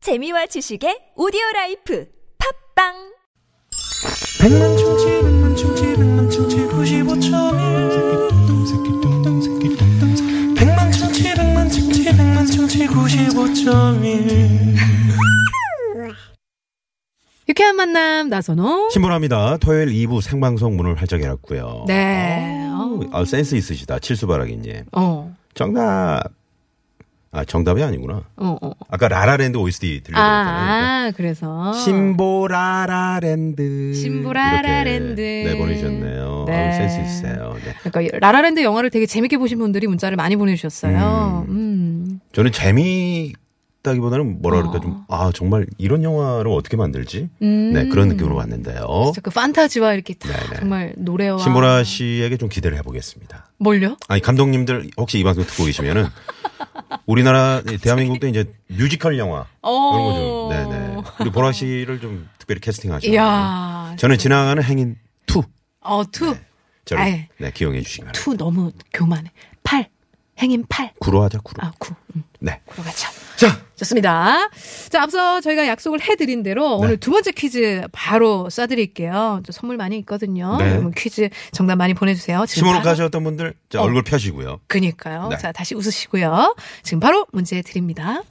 재미와 지식의 오디오 라이프 팝빵 백만 충치 백만 충치 백만 충치 95.1 백만 충치 백만 충치 백만 충치 95.1 유쾌한 만남 나선홍. 신보라입니다. 토요일 2부 생방송 문을 활짝 열었고요. 네. 어. 아, 센스 있으시다. 칠수바라기님. 어. 정답. 아, 정답이 아니구나. 어. 어. 아까 라라랜드 OST 아, 들려드렸잖아요. 아, 그래서. 신보라라랜드. 신보라라랜드. 그러니까 이렇게 네, 보내주셨네요. 네. 아우, 센스 있어요. 네. 그러니까 라라랜드 영화를 되게 재밌게 보신 분들이 문자를 많이 보내주셨어요. 음. 저는 재미있다기보다는 뭐라 그럴까 좀, 아, 정말 이런 영화를 어떻게 만들지? 음. 네, 그런 느낌으로 왔는데요. 진짜 그 판타지와 이렇게 다 네네. 정말 노래와. 신보라 씨에게 좀 기대를 해보겠습니다. 뭘요? 아니 감독님들 혹시 이 방송 듣고 계시면은 우리나라 네, 대한민국도 이제 뮤지컬 영화 어. 이런 거좀 네네 그렇죠. 우리 보라 씨를 좀 특별히 캐스팅하죠. 이야. 저는 지나가는 행인 투 어, 투. 아이. 저를 네, 기용해 주시기 바랍니다. 투 너무 교만해. 팔. 행인 팔. 구로하자 구로. 아, 구. 음, 네. 구로 가자. 자 좋습니다. 자, 앞서 저희가 약속을 해드린 대로 네. 오늘 두 번째 퀴즈 바로 쏴드릴게요. 저 선물 많이 있거든요. 네. 여러분 퀴즈 정답 많이 보내주세요. 지금 심호로 바로- 어. 가셨던 분들 자 얼굴 펴시고요. 그니까요. 네. 자, 다시 웃으시고요. 지금 바로 문제 드립니다.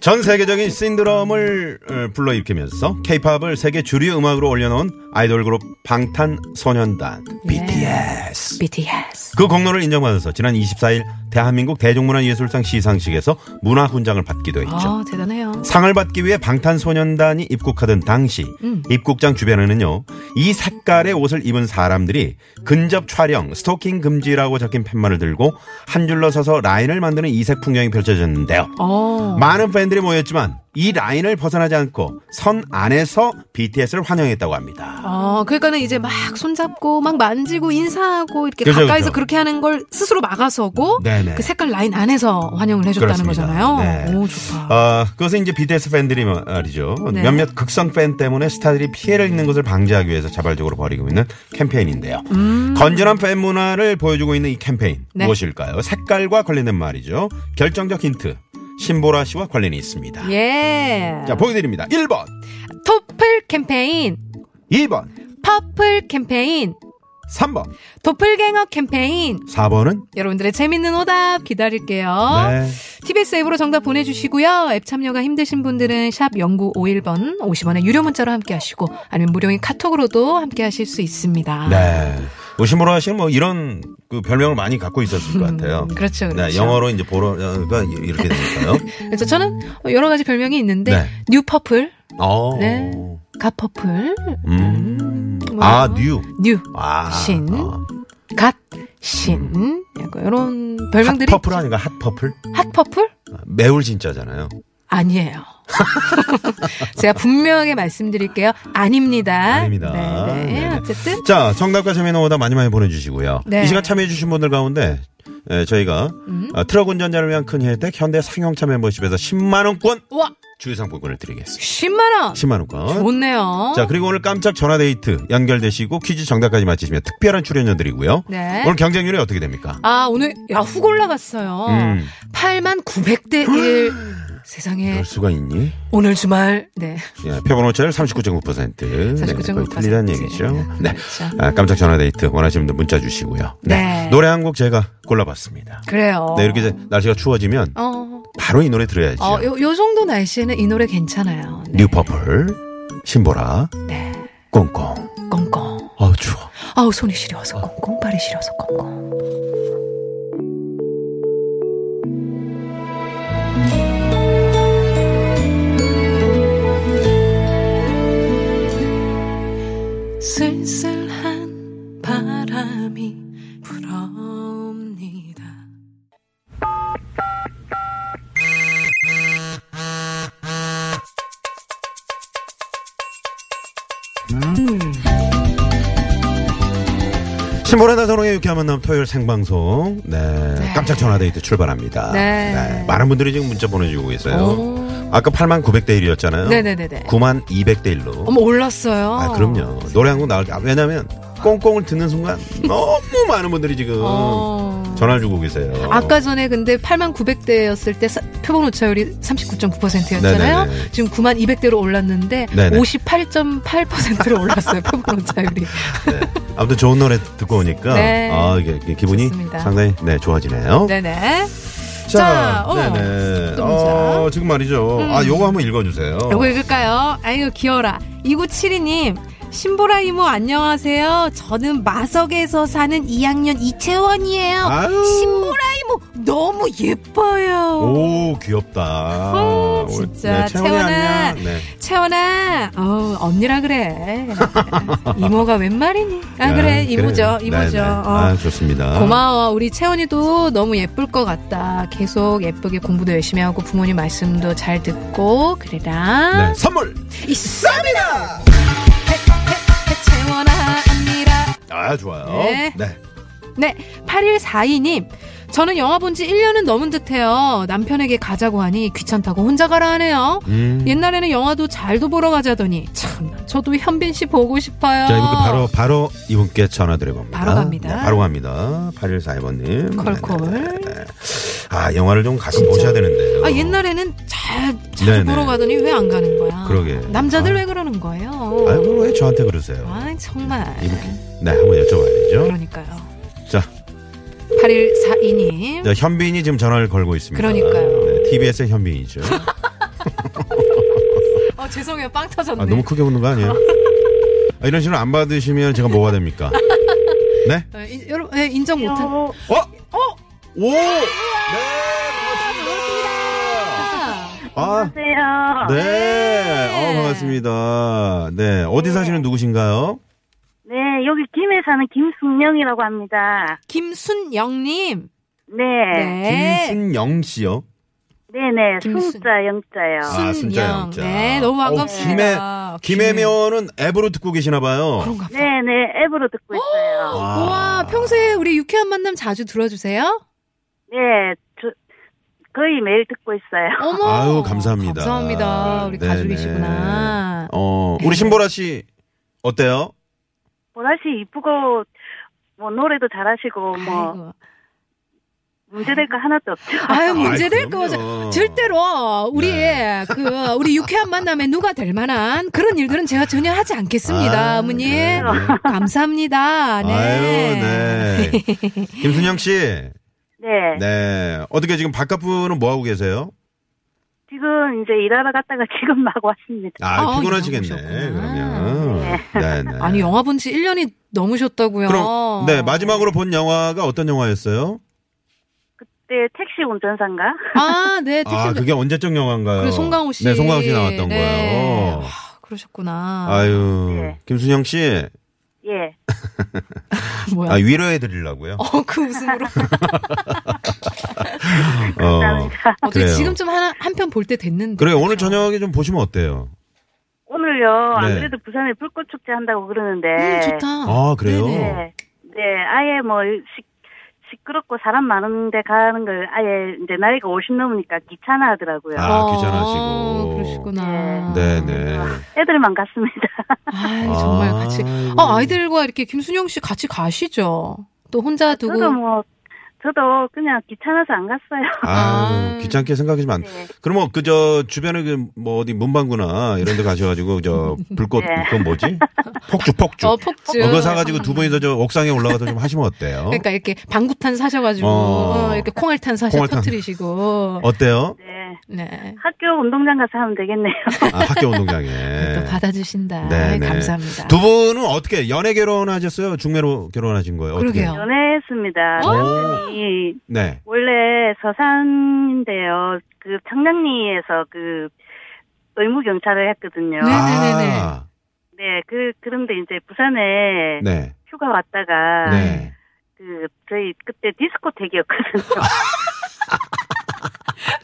전 세계적인 신드롬을 어, 불러일으키면서 케이팝을 세계 주류 음악으로 올려놓은 아이돌 그룹 방탄소년단 예. BTS. BTS. 그 공로를 인정받아서 지난 24일 대한민국 대중문화예술상 시상식에서 문화훈장을 받기도 했죠. 아, 대단해요. 상을 받기 위해 방탄소년단이 입국하던 당시 입국장 주변에는요 이 색깔의 옷을 입은 사람들이 근접 촬영 스토킹 금지라고 적힌 팻말을 들고 한 줄로 서서 라인을 만드는 이색 풍경이 펼쳐졌는데요. 어. 많은 팬들이 모였지만 이 라인을 벗어나지 않고 선 안에서 BTS를 환영했다고 합니다. 어, 그러니까는 이제 막 손잡고 막 만지고 인사하고 이렇게 그죠, 가까이서 그죠. 그렇게 하는 걸 스스로 막아서고 네네. 그 색깔 라인 안에서 환영을 해줬다는 그렇습니다. 거잖아요. 네. 오, 좋다. 아, 그것은 이제 BTS 팬들이 말이죠. 네. 몇몇 극성 팬 때문에 스타들이 피해를 입는 것을 방지하기 위해서 자발적으로 벌이고 있는 캠페인인데요. 건전한 팬 문화를 보여주고 있는 이 캠페인 음. 네. 무엇일까요? 색깔과 관련된 말이죠. 결정적 힌트. 신보라 씨와 관련이 있습니다. 예. 자, 보여드립니다. 1번, 토플 캠페인, 2번, 퍼플 캠페인, 3번, 도플갱어 캠페인. 4번은? 여러분들의 재밌는 오답 기다릴게요. 네. TBS 앱으로 정답 보내주시고요. 앱 참여가 힘드신 분들은 샵 0951번 50원의 유료 문자로 함께 하시고 아니면 무료인 카톡으로도 함께 하실 수 있습니다. 네. 오시모라 씨는 뭐 이런 그 별명을 많이 갖고 있었을 것 같아요. 음, 그렇죠, 그렇죠. 네, 영어로 이제 보라가 이렇게 되니까요. 그래서 저는 여러 가지 별명이 있는데 네. 뉴 퍼플, 어. 네. 갓 퍼플, 음. 뭐. 아, 뉴. 뉴, 아. 신. 어. 갓, 신 약간 이런 별명들이 핫퍼플 아닌가? 핫퍼플? 핫 퍼플? 아, 매울 진짜잖아요. 아니에요. 제가 분명하게 말씀드릴게요. 아닙니다. 아닙니다. 네, 네. 네네. 어쨌든 자, 정답과 재미있는 오다 많이 많이 보내주시고요. 네. 음. 이 시간 참여해주신 분들 가운데 에, 저희가 아, 트럭 운전자를 위한 큰 혜택 현대 상용차 멤버십에서 10만원권 와 주유상품권을 드리겠습니다. 10만 원. 10만원권. 좋네요. 자, 그리고 오늘 깜짝 전화 데이트 연결되시고 퀴즈 정답까지 맞히시면 특별한 출연료드리고요. 네. 오늘 경쟁률이 어떻게 됩니까? 아, 오늘 야, 훅 올라갔어요. 음. 8만 900대 1. 세상에 그럴 수가 있니? 오늘 주말 네. 그 예, 표본 오차율 39.9%. 49.9%. 거의 틀리다는 얘기죠. 네. 그렇죠. 아, 깜짝 전화 데이트 원하시는 분들 문자 주시고요. 네. 노래 한 곡 제가 골라봤습니다. 그래요. 네, 이렇게 이제 날씨가 추워지면 어. 바로 이 노래 들어야죠. 어, 요, 요 정도 날씨에는 이 노래 괜찮아요. 네. 뉴퍼플, 신보라, 네. 꽁꽁. 꽁꽁. 아 추워. 아우 손이 시려워서 꽁꽁 발이 시려워서 꽁꽁. 쓸쓸한 바람이 불어옵니다. 네. 신보라 나선홍의 유쾌한 만남 토요일 생방송. 네. 깜짝 전화 데이트 출발합니다. 네. 많은 분들이 지금 문자 보내주고 계세요. 오. 아까 8만 900대 1이었잖아요. 네네네네. 9만 200대 1로. 어머 올랐어요. 아, 그럼요. 노래 한 곡 나올 때. 아, 왜냐면 꽁꽁을 듣는 순간 너무 많은 분들이 지금 아. 어. 전화를 주고 계세요. 아까 전에 근데 8만 900대였을 때 사- 표본 오차율이 39.9%였잖아요. 네네네. 지금 9만 200대로 올랐는데 네네. 58.8%로 올랐어요. 표본 오차율이. 네. 아무튼 좋은 노래 듣고 오니까 네. 아, 이게, 이게 기분이 좋습니다. 상당히 네, 좋아지네요. 네네. 자, 어, 네네. 또 문자. 음. 어, 지금 말이죠. 아, 요거 한번 읽어주세요. 요거 읽을까요? 아이고 귀여라. 2972님. 신보라 이모 안녕하세요. 저는 마석에서 사는 2학년 이채원이에요. 아유. 신보라 이모 너무 예뻐요. 오, 귀엽다. 네, 어, 진짜. 채원이 채원아. 안녕. 네. 채원아, 어, 언니라 그래. 이모가 웬 말이니? 아 네, 그래 이모죠 그래요. 이모죠. 네네. 어. 아, 좋습니다. 고마워. 우리 채원이도 너무 예쁠 것 같다. 계속 예쁘게 공부도 열심히 하고 부모님 말씀도 잘 듣고 그래라. 네, 선물! 있습니다. 채원아 언니라. 아, 좋아요. 네. 네. 네, 8142님. 저는 영화 본 지 1년은 넘은 듯해요. 남편에게 가자고 하니 귀찮다고 혼자 가라 하네요. 음. 옛날에는 영화도 잘도 보러 가자더니 참 저도 현빈 씨 보고 싶어요. 자, 이분께 바로, 바로 이분께 전화드려봅니다. 아. 바로 갑니다. 네, 바로 갑니다. 8142번님. 네, 콜콜. 아, 영화를 좀 가서 보셔야 되는데요. 아 옛날에는 잘 네네. 자주 보러 가더니 왜 안 가는 거야? 그러게. 남자들 아. 왜 그러는 거예요? 아이고, 뭐 왜 저한테 그러세요? 아 정말. 이분께. 네, 한번 여쭤봐야죠. 그러니까요. 자, 8142님. 자, 현빈이 지금 전화를 걸고 있습니다. 그러니까요. 아, 네, TBS의 현빈이죠. 어 죄송해요 빵 터졌네. 아, 너무 크게 웃는 거 아니에요? 아, 이런 식으로 안 받으시면 제가 뭐가 됩니까? 네? 어, 인- 여러분 예, 인정 못한. 어? 어? 오! 네, 반갑습니다. 아, 네. 안녕하세요. 네. 어, 반갑습니다. 네. 어디 사시는 누구신가요? 네, 여기 김해 사는 김숙명이라고 합니다. 김순영님. 네. 김순영 씨요. 네네. 김숙. 숭자 영자요. 아, 순자 순영. 영자. 네, 너무 어우, 반갑습니다. 김해, 김해. 김해면은 앱으로 듣고 계시나 봐요. 그런가 봐. 네네. 앱으로 듣고 있어요. 와. 우와 평소에 우리 유쾌한 만남 자주 들어주세요. 네. 저, 거의 매일 듣고 있어요. 어머. 아유, 감사합니다. 감사합니다. 우리 네네. 가족이시구나. 어, 우리 신보라 씨 어때요? 보라씨 뭐 이쁘고, 뭐, 노래도 잘하시고, 뭐, 아이고. 문제될 거 하나도 없죠. 아유 문제될 아이, 거 그럼요. 절대로 어. 네. 우리의 그 우리 유쾌한 만남에 누가 될 만한 그런 일들은 제가 전혀 하지 않겠습니다, 아, 어머님. 네, 네. 감사합니다. 네. 아유, 네. 김순영 씨, 네. 네. 어떻게 지금 바깥 분은 뭐 하고 계세요? 지금 이제 일하러 갔다가 지금 막 왔습니다. 아, 아, 피곤하시겠네. 일하고 그러면. 네, 네. 아니 영화 본 지 1년이 넘으셨다고요. 그럼, 네, 마지막으로 본 영화가 어떤 영화였어요? 그때 네, 택시 운전사인가? 아, 네. 아, 그 그게 언제적 영화인가요? 그 송강호 씨. 네, 송강호 씨 나왔던 네. 거예요. 어. 아, 그러셨구나. 아유, 네. 김순영 씨, 예. 아, 뭐야? 위로해 드리려고요. 어, 그 웃음으로. 어. 어떻게 그래요. 지금 좀 하나 한 편 볼 때 됐는데. 그래, 오늘 저녁에 좀 보시면 어때요? 오늘요, 안 네. 그래도 부산에 불꽃축제 한다고 그러는데. 음, 좋다. 아, 그래요? 네네. 네, 네, 아예 뭐 시, 시끄럽고 사람 많은데 가는 걸 아예 이제 나이가 50 넘으니까 귀찮아 하더라고요. 아. 귀찮아하시고. 어, 그러시구나. 네, 네. 애들만 갔습니다. 아, 정말 같이. 음. 아, 아이들과 이렇게 김순영 씨 같이 가시죠. 또 혼자 두고. 저도 뭐 저도 그냥 귀찮아서 안 갔어요. 아유, 아. 귀찮게 생각하시면 안 돼. 네. 그러면 그 저 주변에 그 뭐 어디 문방구나 이런 데 가셔가지고 저 불꽃 네. 그건 뭐지? 폭죽 폭죽. 어, 어, 폭주. 그거 사가지고 두 분이서 저 옥상에 올라가서 좀 하시면 어때요? 그러니까 이렇게 방구탄 사셔가지고 어. 어, 이렇게 콩알탄 사셔 콩알탄. 터트리시고 어때요? 네, 네. 학교 운동장 가서 하면 되겠네요. 아, 학교 운동장에. 또 받아주신다. 네, 네. 감사합니다. 두 분은 어떻게 연애 결혼하셨어요? 중매로 결혼하신 거예요? 어떻게? 그러게요. 어? 어? 연애했습니다. 오. 남편이 네. 원래 서산인데요. 그 청량리에서 그 의무 경찰을 했거든요. 네. 아, 네, 그 그런데 이제 부산에 네. 휴가 왔다가 네. 그 저희 그때 디스코텍이었거든요.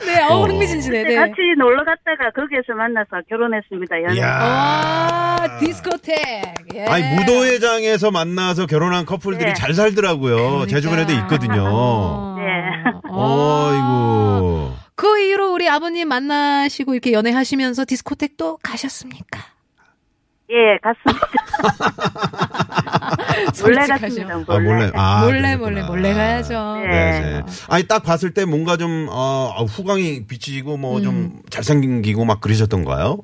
네, 어, 어. 흥미진진해. 그때 네. 같이 놀러 갔다가 거기에서 만나서 결혼했습니다. 연애. 와, 이야. 아, 디스코텍. 예. 아. 네. 아니 무도회장에서 만나서 결혼한 커플들이 네. 잘 살더라고요. 제 주변에도 있거든요. 그러니까. 어. 네. 어. 어이구. 그 이후로 우리 아버님 만나시고 이렇게 연애하시면서 디스코텍 또 가셨습니까? 예, 갔습니다. 몰래 솔직하셔. 갔습니다. 몰래. 아, 몰래. 몰래 몰래 아, 그러셨구나. 몰래 가야죠. 네. 네. 네. 아니 딱 봤을 때 뭔가 좀 어, 후광이 비치고 음. 뭐 좀 잘생기고 막 그러셨던가요?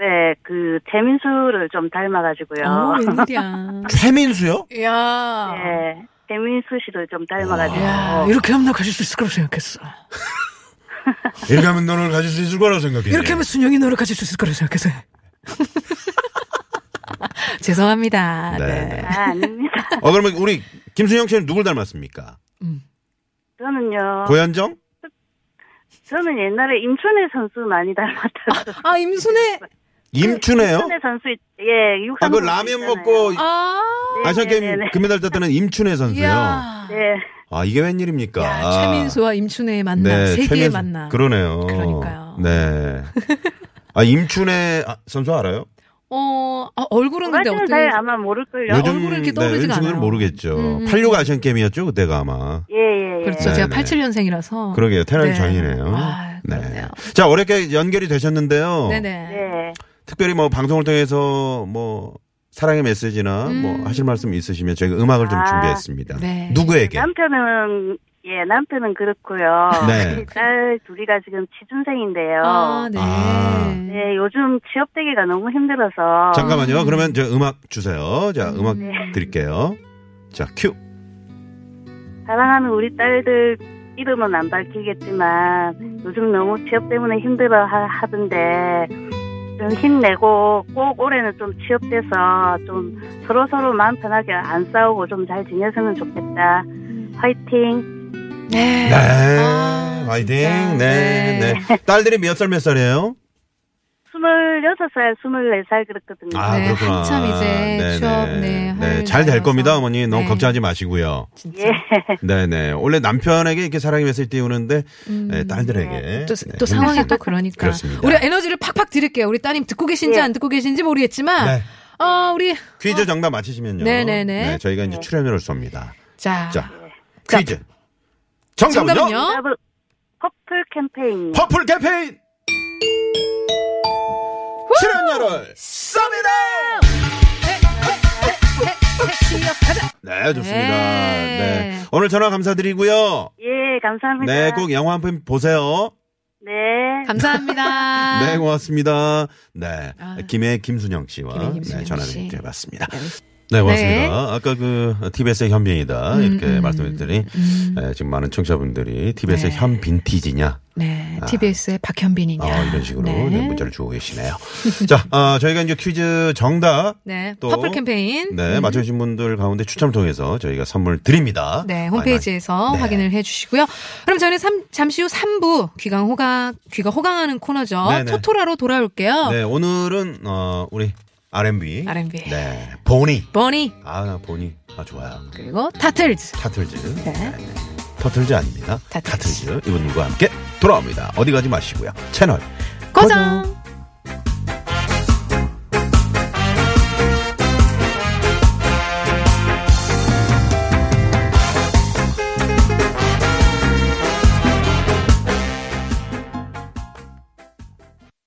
네, 그 재민수를 좀 네. 닮아가지고요. 어, 웬일이야. 최민수요? 야. 네, 재민수 씨를 좀 야, 닮아가지고. 이렇게 하면 나 가질 수 있을 거라고 생각했어. 이렇게 하면 너를 가질 수 있을 거라고 생각해. 이렇게 하면 순영이 너를 가질 수 있을 거라고 생각했어. 죄송합니다. 네, 네. 네. 아, 아닙니다. 어 그러면 우리 김순영 씨는 누굴 닮았습니까? 저는요. 고현정? 그 저는 옛날에 임춘혜 선수 많이 닮았다고. 아, 임순혜. 임춘혜요? 임춘혜 선수 있- 예, 육상. 아 그 선수 라면 있잖아요. 예, 어, 먹고 아. 아시안 네, 게임 네, 네. 금메달 땄다는 임춘혜 선수요. 야. 네, 아 이게 웬일입니까? 야, 최민수와 임춘혜의 만남, 세계의 네, 최민수. 만남. 그러네요. 그러니까요. 네. 아 임춘혜 아, 선수 알아요? 어, 아, 얼굴은 근데 맞으면 어떤 잘 아마 모를걸요. 요- 얼굴은 이렇게 네, 떠오르지가 요즘 친구들은 않아요. 모르겠죠. 음, 음. 86 아시안 게임이었죠 그때가 아마. 예, 예, 예. 그렇죠. 네, 제가 네. 87년생이라서. 그러게요. 태어난 네. 네. 전이네요. 아, 그렇네요. 자 어렵게 연결이 되셨는데요. 네네. 네. 특별히 뭐 방송을 통해서 뭐 사랑의 메시지나 뭐 하실 말씀 있으시면 저희가 음악을 좀 아. 준비했습니다. 음. 네. 누구에게? 남편은 예, 남편은 그렇고요. 네. 딸 둘이가 지금 취준생인데요. 아, 네. 아. 네, 요즘 취업되기가 너무 힘들어서. 잠깐만요. 그러면 저 음악 주세요. 자 음악 네. 드릴게요. 자 큐. 사랑하는 우리 딸들 이름은 안 밝히겠지만 요즘 너무 취업 때문에 힘들어 하- 하던데 좀 힘내고 꼭 올해는 좀 취업돼서 좀 서로 서로 마음 편하게 안 싸우고 좀 잘 지냈으면 좋겠다. 화이팅. 네. 네. 아, 진짜. 화이팅. 네. 네. 딸들이 몇 살 몇 살이에요? 26살, 24살 그렇거든요. 아, 네, 그렇구나. 한참 이제 취업, 네, 할 잘 될 나이여서. 겁니다, 어머니. 너무 네. 걱정하지 마시고요. 진짜. 예. 네네. 원래 남편에게 이렇게 사랑의 메시지 띄우는데, 네, 딸들에게. 음. 또, 네, 또 상황이 또 그러니까. 그렇습니다. 우리 에너지를 팍팍 드릴게요. 우리 따님 듣고 계신지 예. 안 듣고 계신지 모르겠지만, 네. 어, 우리, 퀴즈 정답 맞히시면요. 네네네. 저희가 이제 출연료를 쏩니다. 자. 자, 자, 퀴즈. 정답은요? 정답은요? 여러분, 커플 캠페인. 퍼플 캠페인! 출연료를 쏩니다! 네, 좋습니다. 네. 네. 오늘 전화 감사드리고요. 예, 감사합니다. 네, 꼭 영화 한 편 보세요. 네. 감사합니다. 네, 고맙습니다. 네. 아. 김해 김순영 씨와 김해 김순영 네, 전화를 씨. 드려봤습니다. 네, 고맙습니다. 네. 음, 아까 그 TBS의 현빈이다. 이렇게 말씀드렸더니 예, 지금 많은 청취자분들이 TBS의 네. 현빈티지냐. 네, 아. TBS의 박현빈이냐. 어, 이런 식으로 네. 네, 문자를 주고 계시네요. 자, 아, 저희가 이제 퀴즈 정답. 네, 또 퍼플 캠페인. 음, 네, 맞춰주신 분들 가운데 추첨을 통해서 저희가 선물 드립니다. 네, 홈페이지에서 많이, 많이. 네. 확인을 해 주시고요. 그럼 저희는 삼- 잠시 후 3부 귀강 호강, 귀가 호강하는 코너죠. 네네. 토토라로 돌아올게요. 네, 오늘은, 어, 우리 R&B. R&B. 네, 보니. 버니, 아, 나 보니. 아, 좋아요. 그리고 타틀즈. 타틀즈. 네. 터틀즈 아닙니다. 타틀즈. 타틀즈. 이분들과 함께 돌아옵니다. 어디 가지 마시고요. 채널 고정.